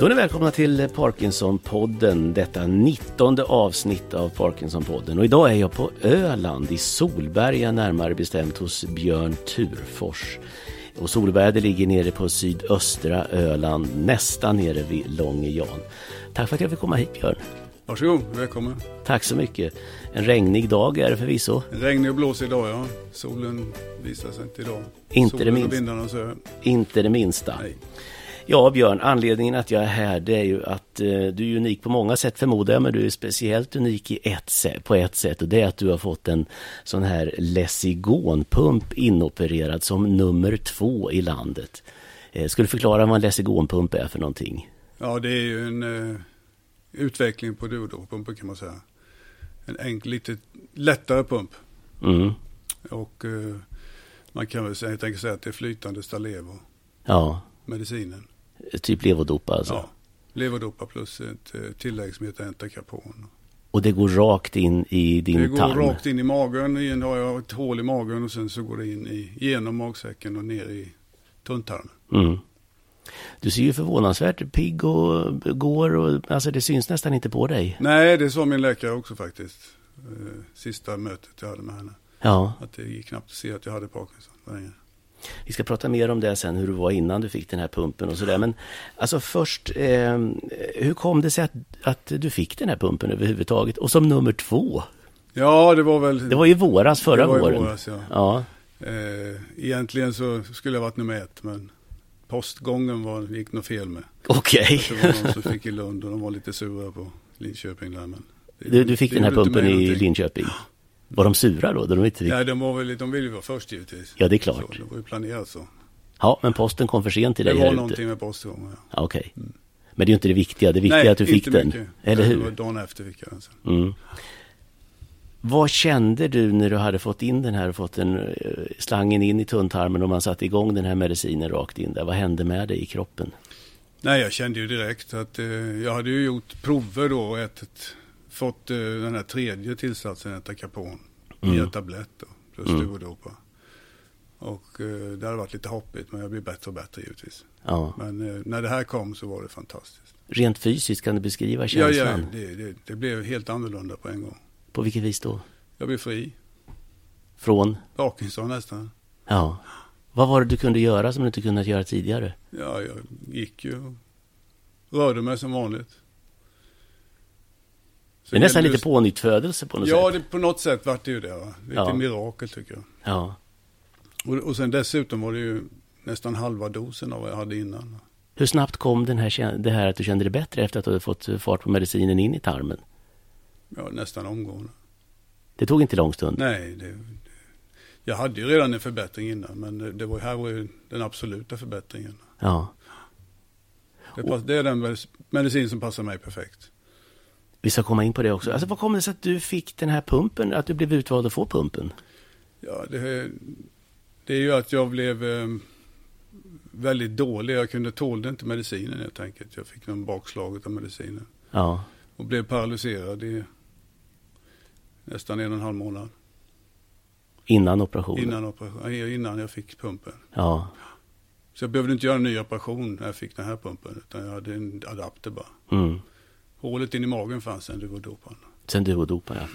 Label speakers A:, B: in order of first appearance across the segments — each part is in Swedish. A: Då är ni välkomna till Parkinson-podden, detta nittonde avsnitt av Parkinson-podden. Och idag är jag på Öland, i Solberga närmare bestämt hos Björn Turfors. Och Solberga det ligger nere på sydöstra Öland, nästan nere vid Långejan. Tack för att jag fick komma hit Björn.
B: Varsågod, välkommen.
A: Tack så mycket. En regnig dag är det förvisso.
B: En regnig och blåsig idag ja. Solen visar sig inte idag.
A: Inte
B: Solen
A: det minsta.
B: och vindarna så.
A: Inte det minsta.
B: Nej.
A: Ja Björn, anledningen att jag är här det är ju att eh, du är unik på många sätt förmodar jag, men du är speciellt unik i ett, sä- på ett sätt och det är att du har fått en sån här lesigonpump inopererad som nummer två i landet. Eh, ska du förklara vad en lesigonpump är för någonting?
B: Ja, det är ju en eh, utveckling på duodopumpen kan man säga. En enkel, lite lättare pump.
A: Mm.
B: Och eh, man kan väl säga- helt enkelt säga att det är flytande Stalevo,
A: Ja,
B: medicinen.
A: typ levodopa alltså.
B: Ja. Levodopa plus ett eh, tillägg som heter Entacapon.
A: Och det går rakt in i din
B: Det går
A: tarm?
B: rakt in i magen. Igen har jag ett hål i magen och sen så går det in i, genom magsäcken och ner i tunntarmen.
A: Mm. Du ser ju förvånansvärt pigg och går och alltså det syns nästan inte på dig.
B: Nej, det sa min läkare också faktiskt. Eh, Sista mötet jag hade med henne.
A: Ja.
B: Att det gick knappt att se att jag hade Parkinson längre.
A: Vi ska prata mer om det sen, hur du var innan du fick den här pumpen och sådär. Men alltså först, eh, hur kom det sig att, att du fick den här pumpen överhuvudtaget? Och som nummer två,
B: Ja, det var väl...
A: det var ju våras förra
B: det var i
A: våren.
B: våras, ja.
A: Ja,
B: Eh, egentligen så skulle jag varit nummer ett, men postgången var, gick något fel med.
A: okej.
B: Det var någon som fick i Lund och de var lite sura på Linköping där. Men det-
A: Du, du fick
B: det
A: den här
B: gjorde inte
A: pumpen
B: mig
A: i
B: någonting.
A: Linköping. Var de sura då? då de inte fick...
B: Nej, de, var väl, de ville ju vara först givetvis.
A: Ja, det är klart.
B: Så, det var ju planerat så.
A: Ja, men posten kom för sent till
B: Det
A: dig här
B: var
A: ute.
B: någonting med postgången. Ja.
A: Ja, okej. Men det är ju inte det viktiga, det viktiga är att du fick den. Eller
B: Det var
A: hur?
B: dagen efter fick jag den sen.
A: Mm. Vad kände du när du hade fått in den här, fått den, eh, slangen in i tunntarmen och man satte igång den här medicinen rakt in där? Vad hände med dig i kroppen?
B: Nej, jag kände ju direkt att eh, jag hade ju gjort prover då och ätit, fått eh, den här tredje tillsatsen, Entacapon, i en tablett då, plus
A: Mm.
B: Duodopa. Och eh, det hade varit lite hoppigt, men jag blev bättre och bättre givetvis.
A: Ja.
B: Men eh, när det här kom så var det fantastiskt.
A: Rent fysiskt, kan du beskriva
B: Ja,
A: känslan?
B: ja, det, det, det blev helt annorlunda på en gång.
A: På vilket vis då?
B: Jag blev fri,
A: Från?
B: Parkinson nästan.
A: Ja. Vad var det du kunde göra som du inte kunnat göra tidigare?
B: Ja, jag gick ju och rörde mig som vanligt. Så
A: Det är nästan
B: gällde
A: lite pånyttfödelse på något
B: Ja,
A: sätt.
B: det, på något sätt vart det ju det. Va? Lite
A: Ja.
B: mirakel tycker jag.
A: Ja.
B: Och, och sen dessutom var det ju nästan halva dosen av vad jag hade innan.
A: Hur snabbt kom den här, kä- det här att du kände dig bättre efter att du hade fått fart på medicinen in i tarmen?
B: Ja, nästan omgående.
A: Det tog inte lång stund.
B: Nej, det, det, jag hade ju redan en förbättring innan, men det, det var, här var ju den absoluta förbättringen.
A: Ja.
B: Det, pass, det är den medic- medicin som passar mig perfekt.
A: Vi ska komma in på det också. Alltså, vad kom det sig att du fick den här pumpen, att du blev utvald att få pumpen?
B: Ja, det, det är ju att jag blev eh, väldigt dålig. Jag kunde tålde inte medicinen helt enkelt. Jag fick någon bakslag av medicinen.
A: Ja.
B: Och blev paralyserad i nästan en och en halv månad.
A: Innan operationen?
B: Innan, operation, eh, innan jag fick pumpen.
A: Ja.
B: Så jag behövde inte göra en ny operation när jag fick den här pumpen. Utan jag hade en adapter bara.
A: Mm.
B: Hålet in i magen fanns en duodopan.
A: Sen du och dopa, ja.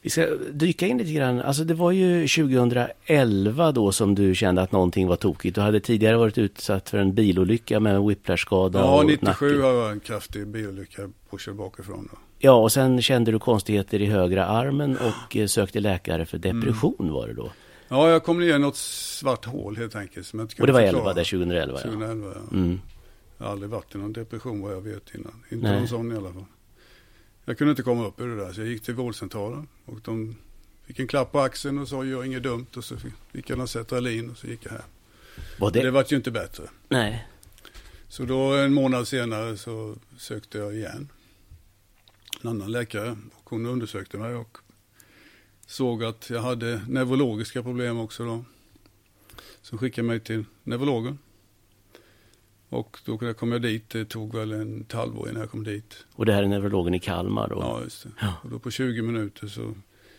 A: Vi ska dyka in lite grann. Alltså, det var ju 2011 då som du kände att någonting var tokigt. Du hade tidigare varit utsatt för en bilolycka med en whiplashskada
B: Ja,
A: och
B: 97
A: nacke.
B: har jag en kraftig bilolycka påkörd bakifrån. Då.
A: Ja, och sen kände du konstigheter i högra armen och eh, sökte läkare för depression
B: Mm.
A: var det då.
B: Ja, jag kom ner i något svart hål helt enkelt. Som jag inte
A: Och det var
B: kunde
A: 11 där,
B: förklara.
A: 2011 ja.
B: 2011, ja.
A: Mm.
B: Jag har aldrig varit i någon depression vad jag vet innan. Inte
A: Nej.
B: någon sån i alla fall. Jag kunde inte komma upp ur det där så jag gick till vårdcentralen och de fick en klapp på axeln och sa gör inget dumt och så fick- fick jag någon Cetralin och så gick jag hem.
A: Var
B: Det,
A: det?
B: det vart ju inte bättre.
A: Nej.
B: Så då en månad senare så sökte jag igen. En annan läkare och hon undersökte mig och såg att jag hade neurologiska problem också då. Så skickade mig till neurologen. Och då kom jag dit, det tog väl en ett halvår innan jag kom dit.
A: Och det här är neurologen i Kalmar då?
B: Ja, just det.
A: Ja.
B: Och då på 20 minuter så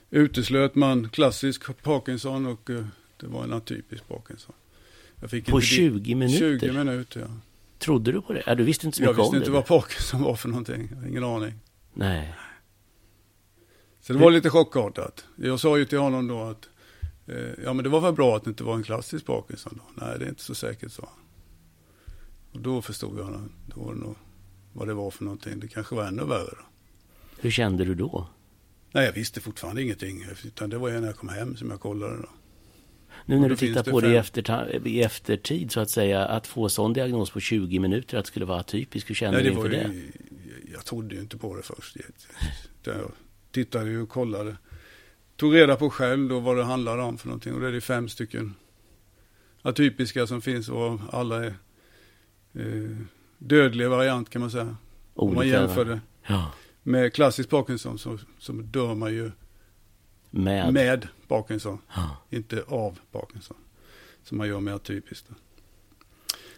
B: uteslöt man klassisk Parkinson och eh, det var en atypisk Parkinson. Jag fick
A: På
B: inte dit-
A: 20 minuter?
B: 20 minuter, ja.
A: Trodde du på det? Ja, du visste inte så
B: Jag
A: mycket
B: visste
A: om
B: inte
A: det?
B: vad Parkinson var för någonting. Jag har ingen aning.
A: Nej.
B: Så det var lite chockartat. Jag sa ju till honom då att eh, ja, men det var väl bra att det inte var en klassisk Parkinson. Då. Nej, det är inte så säkert, sa han. Och då förstod jag honom. Då var det nog vad det var för någonting. Det kanske var ännu värre. Då.
A: Hur kände du då?
B: Nej, jag visste fortfarande ingenting. Utan det var ju när jag kom hem som jag kollade. Då.
A: Nu när
B: då
A: du tittar
B: finns det
A: på det i,
B: fem-
A: efterta- i eftertid så att säga, att få sån diagnos på 20 minuter att det skulle vara atypisk, hur kände
B: Nej,
A: du
B: det var
A: inför
B: ju,
A: det?
B: jag- Jag trodde ju inte på det först. Utan Jag tittade ju och kollade. Tog reda på själv då vad det handlade om för någonting. Och det är det fem stycken atypiska som finns och alla är eh, dödliga variant kan man säga. Om man
A: Olika-
B: jämför det
A: Ja.
B: med klassisk Parkinson så, så dör man ju
A: Med?
B: med Parkinson,
A: Ja.
B: inte av Parkinson. Som man gör med atypiskt. då.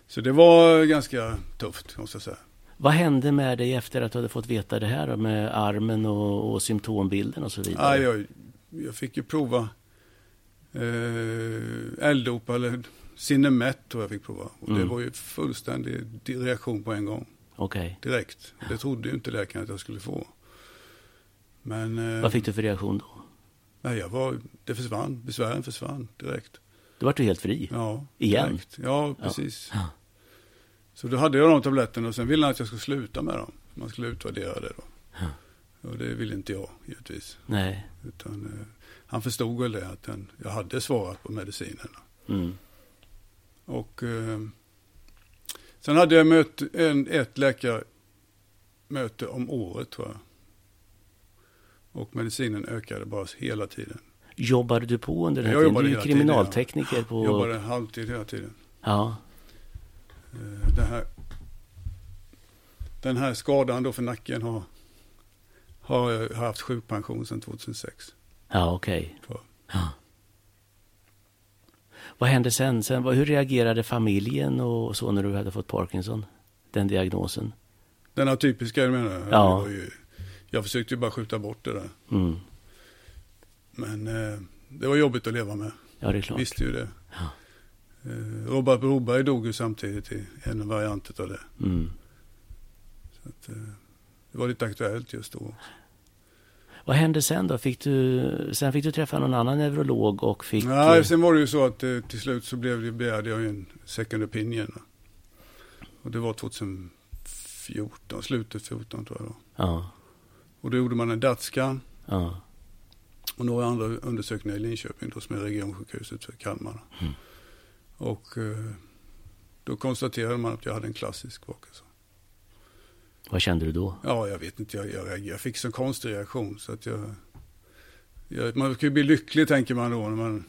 B: Så det var ganska tufft måste jag säga.
A: Vad hände med dig efter att du hade fått veta det här då, med armen och, och symptombilden och så vidare?
B: Ja, jag, jag fick ju prova eh, elddop eller Cinemet tror jag fick prova. Och Det
A: Mm.
B: var ju fullständig di- reaktion på en gång,
A: Okej.
B: direkt. Det trodde ju inte läkaren att jag skulle få. Men eh,
A: Vad fick du för reaktion då?
B: nej, jag var, det försvann, besvären försvann direkt.
A: Då vart du helt fri.
B: Ja,
A: Igen?
B: Direkt. Ja,
A: Ja.
B: precis.
A: Ja.
B: Så då hade jag de tabletterna och sen ville han att jag skulle sluta med dem. Man skulle utvärdera det då. Och det ville inte jag givetvis.
A: Nej.
B: Utan, eh, han förstod väl det att den, jag hade svarat på medicinerna.
A: Mm.
B: Och, eh, sen hade jag mött en, ett läkarmöte om året tror jag. Och medicinen ökade bara hela tiden.
A: Jobbade du på under den här
B: Jag
A: tiden?
B: jobbade
A: Du är ju
B: hela tiden, ja.
A: kriminaltekniker på...
B: Jag jobbade halvtid hela tiden.
A: Ja.
B: Eh, det här, den här skadan då för nacken har, har jag haft sjukpension sedan 2006.
A: Ja, okej.
B: För.
A: Vad hände sen? sen vad, hur reagerade familjen och så när du hade fått Parkinson? Den diagnosen?
B: Den här typiska, jag menar.
A: Ja.
B: Det var ju, jag försökte ju bara skjuta bort det där.
A: Mm.
B: Men eh, det var jobbigt att leva med.
A: Ja, det är klart.
B: Visste ju det.
A: Ja.
B: Eh, Robert Broberg dog ju samtidigt i en variant av det.
A: Mm.
B: Så att, eh, det var lite aktuellt just då.
A: Vad hände sen då? Fick du, sen fick du träffa någon annan neurolog och fick...
B: Nej, sen var det ju så att eh, till slut så blev det, begärde jag ju en second opinion. Och det var 2014, slutet 14 tror jag. Då.
A: Ja,
B: Och då gjorde man en datskan
A: ja.
B: och några andra undersökningar i Linköping då som är regionsjukhuset för Kalmar.
A: Mm.
B: Och eh, då konstaterade man att jag hade en klassisk Parkinson.
A: Vad kände du då?
B: Ja, jag vet inte. Jag, jag, reagerade. jag fick så konstig reaktion. Så att jag, jag, man kan ju bli lycklig, tänker man då, när man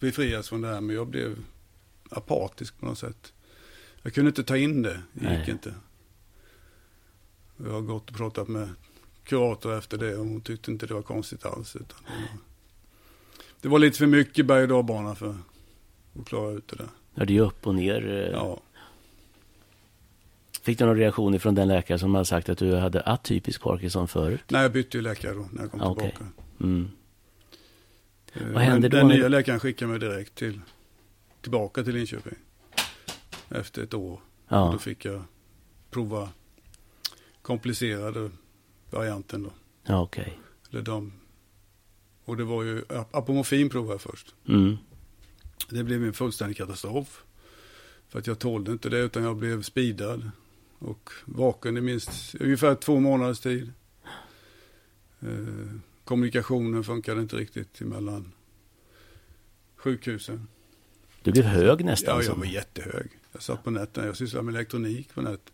B: befrias från det här. Men jag blev apatisk på något sätt. Jag kunde inte ta in det. Det gick
A: Nej.
B: inte. Jag har gått och pratat med kurator efter det och hon tyckte inte det var konstigt alls. Utan det, var, det var lite för mycket berg och dalbana för att klara ut det där.
A: Ja, det är ju upp och ner. eh.
B: Ja,
A: Fick du någon reaktion från den läkare som hade sagt att du hade atypisk Parkinson förut?
B: nej, jag bytte ju läkare då när jag kom
A: Ja, okej.
B: tillbaka.
A: Mm.
B: Eh,
A: Vad
B: men
A: hände då
B: Den
A: när-
B: nya läkaren skickade mig direkt till, tillbaka till Linköping. Efter ett år. Och
A: Ja.
B: Då fick jag prova komplicerade varianten då.
A: ja, okej.
B: Eller de, och det var ju ap- apomorfin provade jag först.
A: Mm.
B: Det blev en fullständig katastrof. För att jag tålde inte det utan jag blev speedad. Och vaken i minst ungefär två månaders tid. Eh, kommunikationen funkade inte riktigt mellan sjukhusen.
A: Du blev hög nästan.
B: Ja, jag
A: som-
B: var jättehög. Jag satt på nätterna, jag sysslade med elektronik på nät.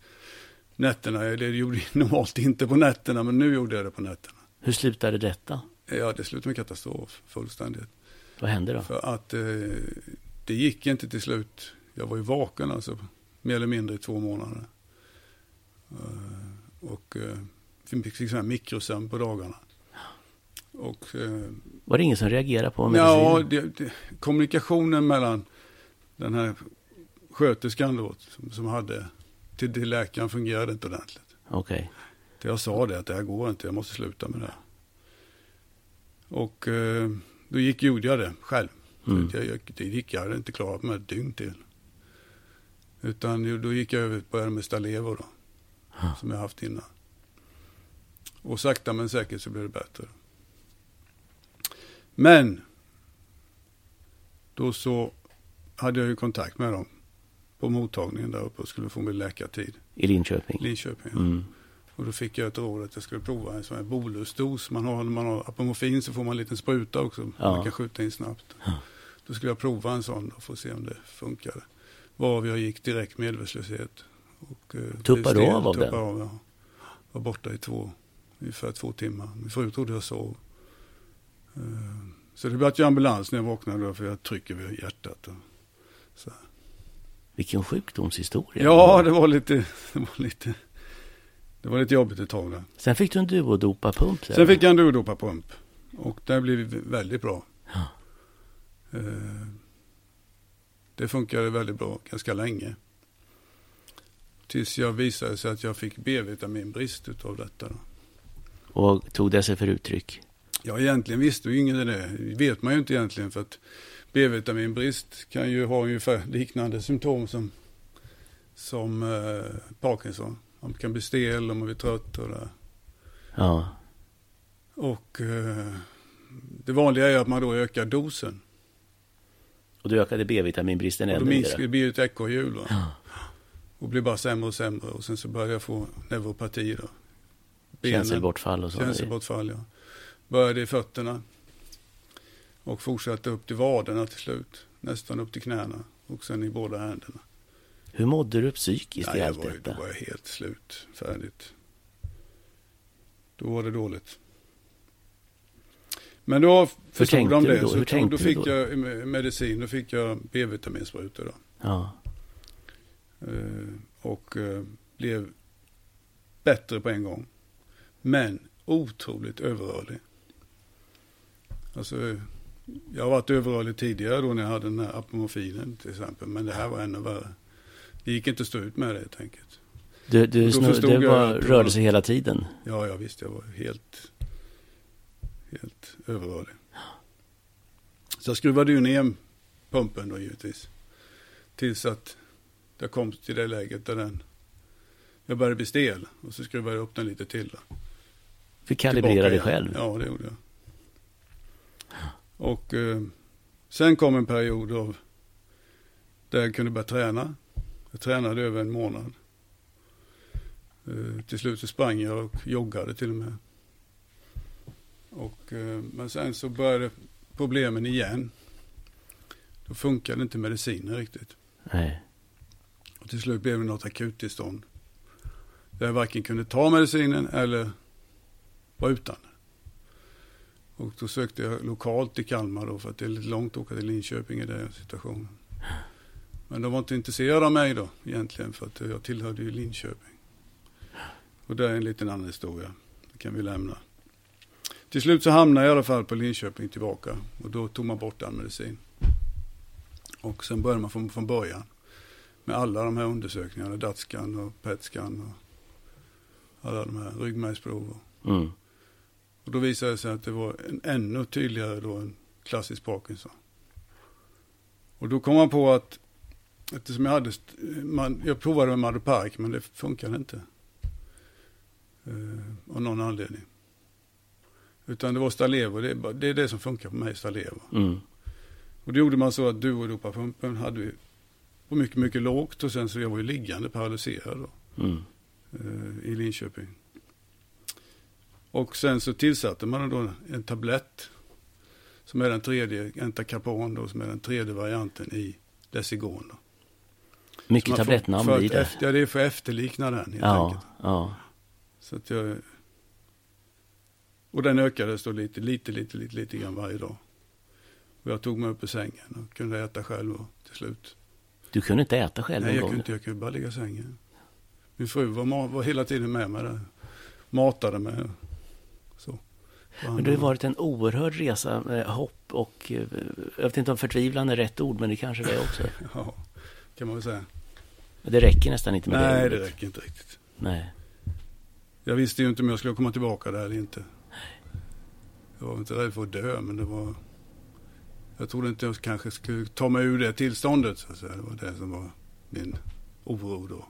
B: nätterna. Det gjorde jag normalt inte på nätterna, men nu gjorde jag det på nätterna.
A: Hur slutade detta?
B: Ja, det slutade med katastrof fullständigt.
A: Vad hände då?
B: För att eh, det gick inte till slut. Jag var ju vaken alltså, mer eller mindre i två månader. Eh, och eh, fick, fick sån här mikrosömn på dagarna. Och eh,
A: Var det ingen som reagerade på medicinen?
B: Ja, det, det, kommunikationen mellan den här sköterskan då, som, som hade till, till läkaren fungerade inte ordentligt.
A: Okej.
B: Det Jag sa det att det här går inte, jag måste sluta med det. här. Och eh, då gick, gjorde jag det själv.
A: Mm.
B: Så Jag, jag, det gick, jag hade inte klarat mig ett dygn till. Utan ju- då gick jag över på började med Stalevo då.
A: Ha.
B: Som jag haft innan. Och sakta men säkert så blev det bättre. Men. Då så hade jag ju kontakt med dem. På mottagningen där uppe och skulle få min läkartid.
A: I Linköping?
B: i Linköping.
A: Mm.
B: Och då fick jag ett råd att jag skulle prova en sån här bolusdos. Man har, när man har apomorfin så får man en liten spruta också.
A: Ja.
B: Man kan skjuta in snabbt.
A: Ja.
B: Då skulle jag prova en sån och få se om det funkade. Varav jag gick direkt medvetslöshet. Och, eh, blev
A: Tuppade
B: stel.
A: av av
B: Tuppade
A: den?
B: Av, ja. Var borta i två, ungefär två timmar. Min fru trodde jag sov. Eh, Så det blev ju ambulans när jag vaknade då, för jag trycker vid hjärtat. Och så. här.
A: Vilken sjukdomshistoria.
B: Ja, det var lite, det var lite, det var lite jobbigt ett tag där.
A: Sen fick du en duodopapump. där.
B: Sen fick jag en duodopapump och där blev vi väldigt bra.
A: Ja.
B: Eh, Det funkade väldigt bra ganska länge. Tills jag visade sig att jag fick B-vitaminbrist utav detta. Då.
A: Och tog det sig för uttryck?
B: Ja, egentligen visste ju ingen det. Det vet man ju inte egentligen för att B-vitaminbrist kan ju ha ungefär liknande symptom som, som eh, Parkinson. Man kan bli stel och man blir trött och det. där.
A: Ja.
B: Och eh, det vanliga är att man då ökar dosen.
A: Och du ökade B-vitaminbristen
B: Och då
A: ännu
B: minskar,
A: mer?
B: det blir ju ett ekorrhjul. va.
A: Ja.
B: Och blir bara sämre och sämre. Och sen så började jag få neuropati. Då. Benen,
A: Känselbortfall och så.
B: Känselbortfall, ja. Började i fötterna. Och fortsatte upp till vaderna till slut. Nästan upp till knäna. Och sen i båda händerna.
A: Hur mådde du psykiskt i
B: jag
A: allt
B: var, ju- då
A: detta?
B: var jag helt slut. Färdigt. Då var det dåligt. Men då förstod
A: tänkte
B: de
A: du
B: det.
A: då?
B: Så
A: Hur
B: tog,
A: tänkte
B: då
A: du
B: fick
A: då?
B: jag eh, medicin. Då fick jag B-vitaminsprutor. Då.
A: Ja.
B: Eh, och eh, blev bättre på en gång. Men otroligt överrörlig. Alltså, eh, jag har varit överrörlig tidigare då när jag hade den här apomorfinen till exempel. Men det här var ännu värre. Det gick inte att stå ut med det helt enkelt.
A: Du, du,
B: Då
A: snur,
B: förstod
A: du
B: jag
A: var,
B: att-
A: rörde sig hela tiden?
B: Ja, jag visste jag var helt, helt överrörlig. Så jag skruvade ju ner pumpen då givetvis. Tills att jag kom till det läget där den, jag började bli stel och så skruvade jag upp den lite till. Då.
A: Fick
B: Tillbaka
A: kalibrera dig
B: igen.
A: själv?
B: Ja, det gjorde jag. Och eh, sen kom en period av där jag kunde börja träna. Jag tränade över en månad. Eh, till slut så sprang jag och joggade till och med. Och, eh, men sen så började problemen igen. Då funkade inte medicinen riktigt.
A: Nej.
B: Och till slut blev det något akuttillstånd. Där jag varken kunde ta medicinen eller vara utan. Och då sökte jag lokalt till Kalmar då för att det är lite långt att åka till Linköping i den situationen. Men de var inte intresserade av mig då egentligen för att jag tillhörde ju Linköping. Och det är en liten annan historia. Det kan vi lämna. Till slut så hamnade jag i alla fall på Linköping tillbaka och då tog man bort all medicin. Och sen började man från, från början med alla de här undersökningarna, datskan och petskan och alla de här ryggmärgsprover.
A: Mm.
B: Och då visade det sig att det var en, ännu tydligare då än klassisk Parkinson. Och då kom man på att eftersom jag hade, st- man, jag provade med Maddopark men det funkade inte. Eh, av någon anledning. Utan det var Stalevo, det är, bara- det är det som funkar på mig, Stalevo.
A: Mm.
B: Och det gjorde man så att duodopapumpen hade vi på mycket, mycket lågt och sen så jag var ju liggande paralyserad då,
A: Mm.
B: eh, i Linköping. Och sen så tillsatte man då en tablett som är den tredje, Entacapon då, som är den tredje varianten i Desigon. Då.
A: Mycket
B: Så man får-
A: tablettnamn
B: för att
A: i det.
B: efter- ja, det är för att efterlikna den helt
A: Ja,
B: enkelt.
A: ja.
B: Så att jag... Och den ökades då lite, lite, lite, lite, lite grann varje dag. Och jag tog mig upp ur sängen och kunde äta själv och till slut.
A: Du kunde inte äta själv
B: Nej,
A: en
B: jag
A: gång.
B: kunde inte, jag kunde bara ligga i sängen. Min fru var, ma- var hela tiden med mig där. Matade mig. och Så.
A: Men det har ju varit en oerhörd resa med hopp och, eh, jag vet inte om förtvivlan är rätt ord, men det kanske det är också.
B: Ja, kan man väl säga.
A: Det räcker nästan inte med
B: Nej,
A: det
B: det
A: ordet.
B: räcker inte riktigt.
A: Nej.
B: Jag visste ju inte om jag skulle komma tillbaka där eller inte. Jag var inte rädd för att dö, men det var... Jag trodde inte jag kanske skulle ta mig ur det tillståndet. Så att säga. Det var det som var min oro då.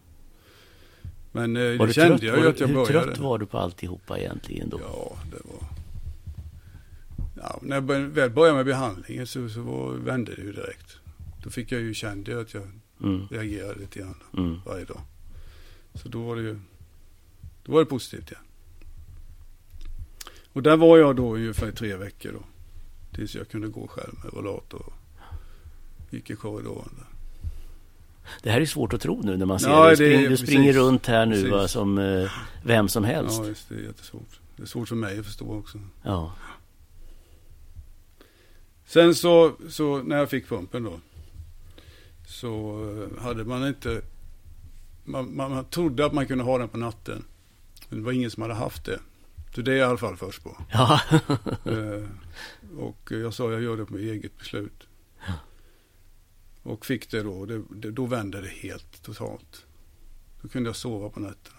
B: Men eh,
A: Var
B: det
A: du
B: kände
A: trött?
B: jag
A: Var
B: ju
A: du-
B: att jag
A: hur
B: började.
A: trött var du på alltihopa egentligen då?
B: Ja, det var... Ja, när jag bör- väl började med behandlingen så, så var, vände det ju direkt. Då fick jag ju, kände jag att jag
A: Mm.
B: reagerade lite grann
A: Mm.
B: varje dag. Så då var det ju då var det positivt igen. Och där var jag då ungefär i tre veckor då. Tills jag kunde gå själv med rollator och gick i korridoren där.
A: Det här är svårt att tro nu när man ser
B: Ja,
A: det. Du,
B: det är-
A: spring, du springer
B: precis.
A: runt här nu va,
B: Precis.
A: som eh, vem som helst.
B: Ja, visst, det är jättesvårt. Det är svårt för mig att förstå också.
A: Ja.
B: Sen så, så när jag fick pumpen då. Så eh, hade man inte... Man, man, man trodde att man kunde ha den på natten. Men det var ingen som hade haft det. Så det är jag i alla fall först på.
A: Ja.
B: Eh, och jag sa jag gör det på mitt eget beslut. Och fick det då. och Det, det, då vände det helt totalt. Då kunde jag sova på nätterna.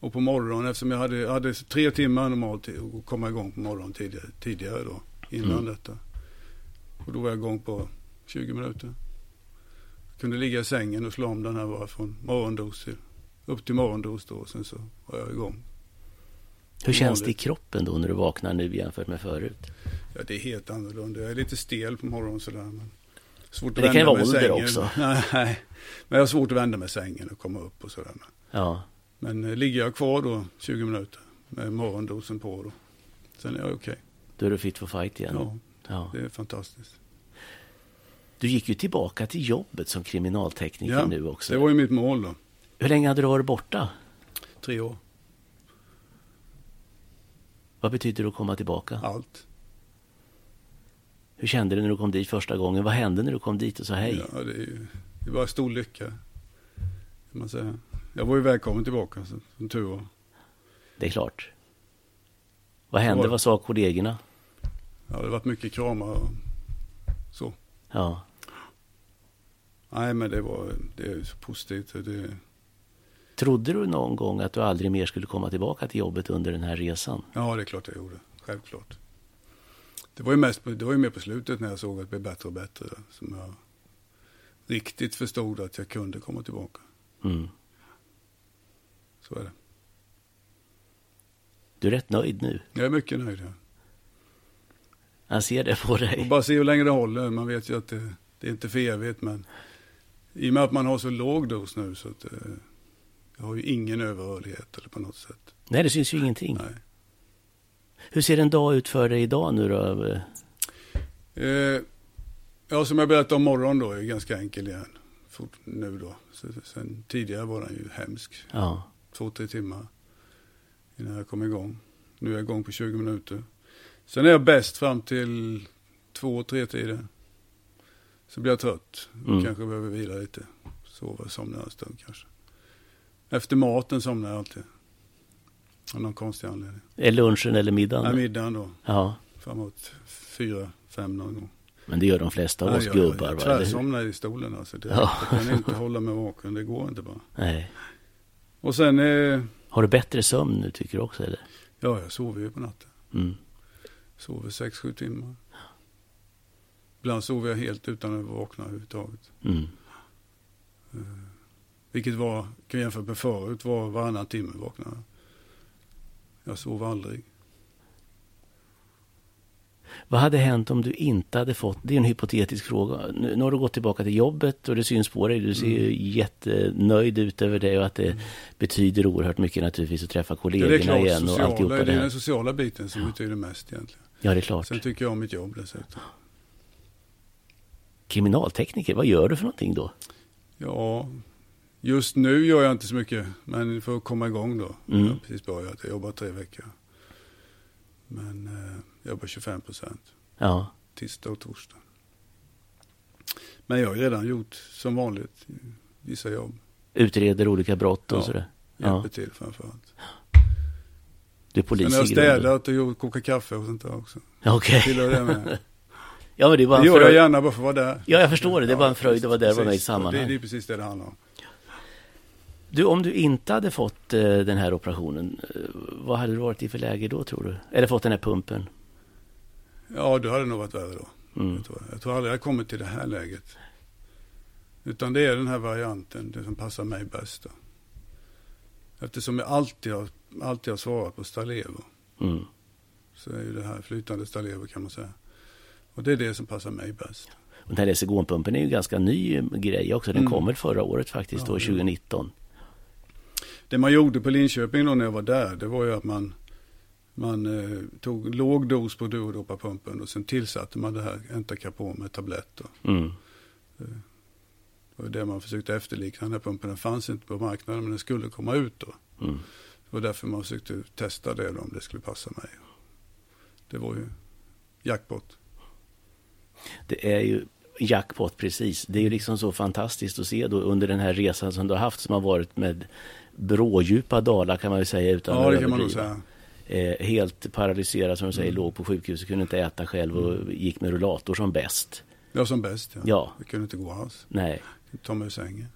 B: Och på morgonen, eftersom jag hade, jag hade tre timmar normalt till att komma igång på morgonen tidigare, tidigare då, innan
A: Mm.
B: detta. Och då var jag igång på 20 minuter. Kunde ligga i sängen och slå om den här bara från morgondos till, upp till morgondos då. Och sen så var jag igång.
A: Hur känns det i kroppen då när du vaknar nu jämfört med förut?
B: Ja, det är helt annorlunda. Jag är lite stel på morgonen sådär. Men svårt att
A: Men det kan ju
B: vända
A: vara
B: mig i
A: ålder
B: sängen.
A: också.
B: Nej, men jag har svårt att vända mig i sängen och komma upp och sådär.
A: Ja.
B: Men eh, ligger jag kvar då 20 minuter med morgondosen på då. Sen är jag okej.
A: Då är du fit for fight igen.
B: Ja,
A: Ja.
B: det är fantastiskt.
A: Du gick ju tillbaka till jobbet som kriminaltekniker
B: Ja,
A: nu också.
B: det var ju mitt mål då.
A: Hur länge hade du varit borta?
B: Tre år.
A: Vad betyder det att komma tillbaka?
B: Allt.
A: Hur kände du när du kom dit första gången? Vad hände när du kom dit och sa hej?
B: Ja, det är ju det var en stor lycka. Kan man säga. Jag var ju välkommen tillbaka så, som tur var.
A: Det är klart. Vad hände?
B: var-
A: Vad sa kollegorna?
B: Ja, det har varit mycket kramar och så.
A: Ja.
B: Nej, men det var det är så positivt. och Det,
A: Trodde du någon gång att du aldrig mer skulle komma tillbaka till jobbet under den här resan?
B: Ja, det är klart jag gjorde. Självklart. Det var ju, mest, på- det var ju mer på slutet när jag såg att det blev bättre och bättre som jag riktigt förstod att jag kunde komma tillbaka.
A: Mm.
B: Så är det.
A: Du är rätt nöjd nu.
B: Jag är mycket nöjd. ja.
A: Jag ser det på
B: Och
A: dig.
B: bara se hur länge det håller. Man vet ju att det, det är inte för evigt, men i och med att man har så låg dos nu så att eh, jag har ju ingen överrörlighet eller på något sätt.
A: Nej, det syns ju ingenting.
B: Nej.
A: Hur ser en dag ut för dig idag nu då?
B: Eh, ja, som jag berättade om morgon då, är ju ganska enkel igen. Fort, nu då. Så- Sen tidigare var den ju hemsk.
A: Ja.
B: två, tre timmar innan jag kom igång. Nu är jag igång på 20 minuter. Sen är jag bäst fram till två, tre tiden. Så blir jag trött.
A: Mm.
B: Kanske behöver vila lite. Sova, somna en stund kanske. Efter maten somnar jag alltid. Av någon konstig anledning.
A: Är lunchen eller
B: Nej,
A: middagen?
B: middagen då.
A: Ja.
B: Framåt fyra, fem någon gång.
A: Men det gör de flesta av
B: Nej,
A: oss
B: jag-
A: gubbar.
B: Jag
A: va? Eller hur?
B: tvärsomnar i stolen alltså. direkt.
A: Ja.
B: Jag kan inte hålla mig vaken. Det går inte bara.
A: Nej.
B: Och sen, eh, ja,
A: Har du bättre sömn nu tycker du också eller?
B: jag sover ju på natten.
A: Mm.
B: Sover sex, sju timmar. Ibland sover jag helt utan att vakna överhuvudtaget.
A: Mm.
B: Vilket var, kan jämföra med förut, var varannan timme vaknade jag. Jag sov aldrig.
A: Vad hade hänt om du inte hade fått, det är en hypotetisk fråga, nu, nu har du gått tillbaka till jobbet och det syns på dig, du ser ju
B: Mm.
A: jättenöjd ut över det och att det betyder oerhört mycket naturligtvis att träffa
B: Ja, det är
A: kollegorna
B: klart,
A: igen och
B: sociala,
A: alltihopa
B: det
A: det
B: är
A: här.
B: den sociala biten som betyder mest egentligen.
A: Ja, det är klart.
B: Sen tycker jag om mitt jobb dessutom.
A: Kriminaltekniker, vad gör du för någonting då?
B: Ja, just nu gör jag inte så mycket, men för att komma igång då.
A: Mm.
B: Jag har precis börjat, jag jobbar tre veckor. Men eh, jag jobbar 25 procent,
A: Ja,
B: tisdag och torsdag. Men jag har ju redan gjort, som vanligt, vissa jobb.
A: utreder olika brott och
B: Ja.
A: sådär.
B: Hjälper
A: Ja,
B: till framförallt.
A: du är polis
B: Sen har jag
A: i grunden.
B: städat och gjort, kokat kaffe och sånt där också.
A: Ja, Okej.
B: Tillhör det med.
A: Ja, men det är bara
B: Det
A: en
B: gör jag
A: fröjd.
B: gärna bara för att vara där.
A: Ja, jag förstår det. Det är bara en
B: Ja,
A: fröjd att vara där och vara med i
B: precis.
A: sammanhang.
B: Det, det är precis det det handlar om.
A: Du, om du inte hade fått eh, den här operationen, eh, vad hade du varit i för läge då tror du? Eller fått den här pumpen?
B: Ja, då hade det nog varit värre då.
A: Mm.
B: Jag, tror. jag tror aldrig jag kommit till det här läget. Utan det är den här varianten, det som passar mig bäst. Då. Eftersom jag alltid har, alltid har svarat på Stalevo
A: Mm.
B: så är ju det här flytande Stalevo kan man säga. Och det är det som passar mig bäst.
A: Och den här Resegonpumpen är ju en ganska ny eh, grej också. Den
B: Mm.
A: kom väl förra året faktiskt,
B: Ja,
A: då,
B: det gjorde
A: 2019.
B: Det man gjorde på Linköping då när jag var där, det var ju att man, man eh, tog låg dos på duodopapumpen och sen tillsatte man det här Entacapon med tablett. Då.
A: Mm.
B: Det var det man försökte efterlikna den här pumpen. Den fanns inte på marknaden men den skulle komma ut då.
A: Mm.
B: Det var därför man försökte testa det då, om det skulle passa mig. Det var ju jackpot.
A: Det är ju jackpot precis. Det är ju liksom så fantastiskt att se då under den här resan som du har haft som har varit med brådjupa dalar kan man ju säga utan
B: Ja,
A: att
B: det kan man nog
A: överdriva.
B: säga. Mm.
A: eh, helt paralyserad som du säger, låg på sjukhuset, kunde inte äta själv och gick med rullator som bäst.
B: Jag var som bäst. Ja.
A: Ja.
B: Jag kunde inte gå alls.
A: Nej.
B: Ta mig ur sängen.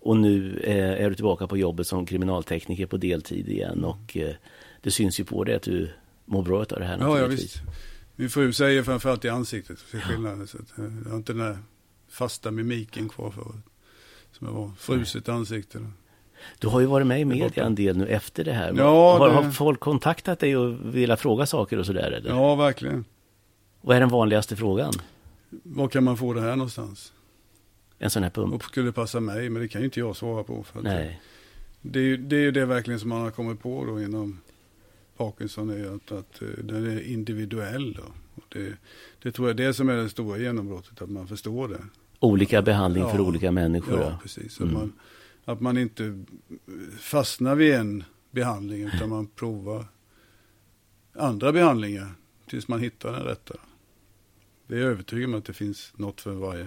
A: Och nu eh, är du tillbaka på jobbet som kriminaltekniker på deltid igen och eh, det syns ju på dig att du mår bra utav det här
B: Ja, ja,
A: naturligtvis.
B: visst. Min fru säger framförallt i ansiktet. För skillnaden, så att eh, jag har inte den där fasta mimiken kvar förut. Som jag var. Fruset ansikte. då.
A: Du har ju varit med i
B: borta.
A: media en del nu efter det här.
B: Ja,
A: har,
B: det-
A: har folk kontaktat dig och velat fråga saker och sådär eller?
B: Ja, verkligen.
A: Vad är den vanligaste frågan?
B: Var kan man få det här någonstans?
A: En sån här pump?
B: Och skulle det passa mig? Men det kan ju inte jag svara på. För att
A: Nej.
B: Det är, ju, det är ju det verkligen som man har kommit på då inom Parkinson är ju att, att eh, den är individuell. Då. Och det, det tror jag är det som är det stora genombrottet, att man förstår det.
A: Olika behandling för
B: Ja.
A: olika människor.
B: Ja,
A: Ja.
B: precis. Att,
A: Mm.
B: man, att man inte eh, fastnar vid en behandling utan man provar andra behandlingar tills man hittar den rätta. Det är jag övertygad om att det finns något för varje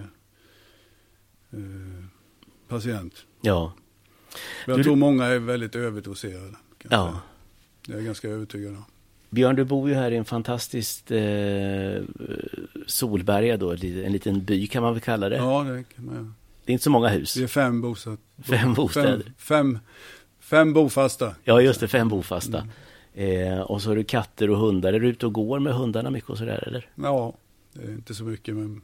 B: eh, patient.
A: ja.
B: Jag
A: Du-
B: tror många är väldigt överdoserade. kan jag
A: Ja.
B: säga. Det är jag ganska övertygad om.
A: Björn, du bor ju här i en fantastisk eh, Solberga då, en liten- en liten by kan man väl kalla det.
B: Ja, det kan man göra.
A: Det är inte så många hus.
B: Det är fem bostäder.
A: Fem bostäder.
B: Fem, fem, fem bofasta.
A: Ja, just det, fem bofasta.
B: Mm.
A: Eh, och så har du katter och hundar. Är du ute och går med hundarna mycket och sådär eller?
B: Ja, det är inte så mycket men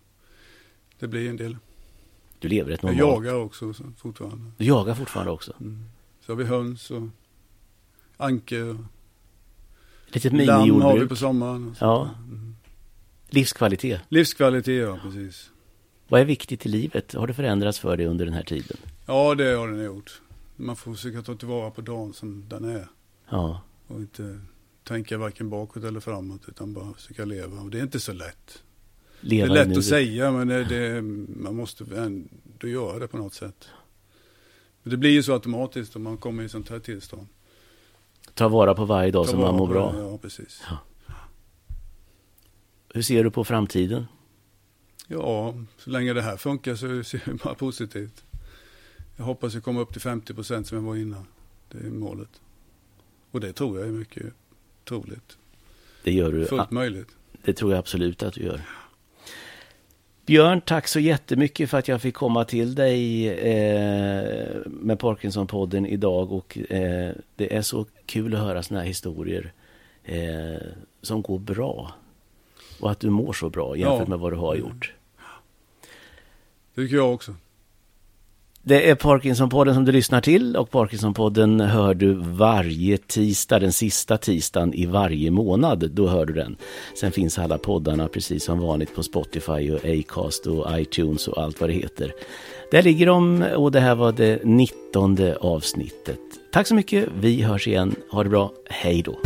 B: det blir en del.
A: Du lever ett
B: Jag
A: normalt...
B: jagar också så- fortfarande.
A: Du jagar fortfarande också.
B: Mm. Så har vi höns och anker. och
A: Litet
B: Lamm har vi
A: minijordbruk.
B: på sommaren. och så.
A: Ja.
B: Mm.
A: Livskvalitet.
B: Livskvalitet, ja precis.
A: Vad är viktigt i livet? Har det förändrats för dig under den här tiden?
B: Ja, det har den gjort. Man får försöka ta tillvara på dagen som den är.
A: Ja,
B: Och inte tänka varken bakåt eller framåt utan bara försöka leva. Och det är inte så lätt.
A: leva
B: det är
A: i
B: lätt
A: nuet.
B: att säga men det, det, man måste ändå göra det på något sätt. Men det blir ju så automatiskt om man kommer i sånt här tillstånd.
A: Ta vara på varje dag
B: Ta
A: som man
B: vara
A: mår
B: på
A: bra.
B: det, Ja, precis.
A: Hur ser du på framtiden?
B: Ja, så länge det här funkar så ser det bara positivt. Jag hoppas jag kommer upp till 50 procent som jag var innan. Det är målet. Och det tror jag är mycket troligt.
A: Det gör du
B: Fullt möjligt.
A: Det tror jag absolut att du gör. Björn, tack så jättemycket för att jag fick komma till dig eh, med Parkinson-podden idag. Och, eh, det är så kul att höra såna här historier eh, som går bra. Och att du mår så bra jämfört
B: Ja.
A: med vad du har gjort.
B: Det tycker jag också.
A: Det är Parkinsonpodden som du lyssnar till och Parkinsonpodden hör du varje tisdag, den sista tisdagen i varje månad. Då hör du den. Sen finns alla poddarna precis som vanligt på Spotify och Acast och iTunes och allt vad det heter. Där ligger de och det här var det 19 avsnittet. Tack så mycket, vi hörs igen. Ha det bra, hej då!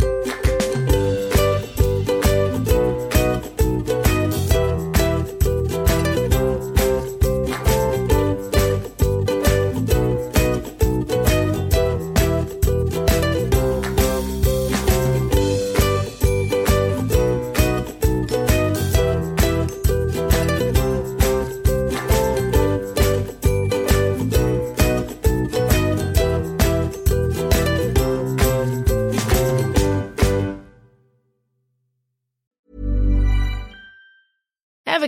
C: Ever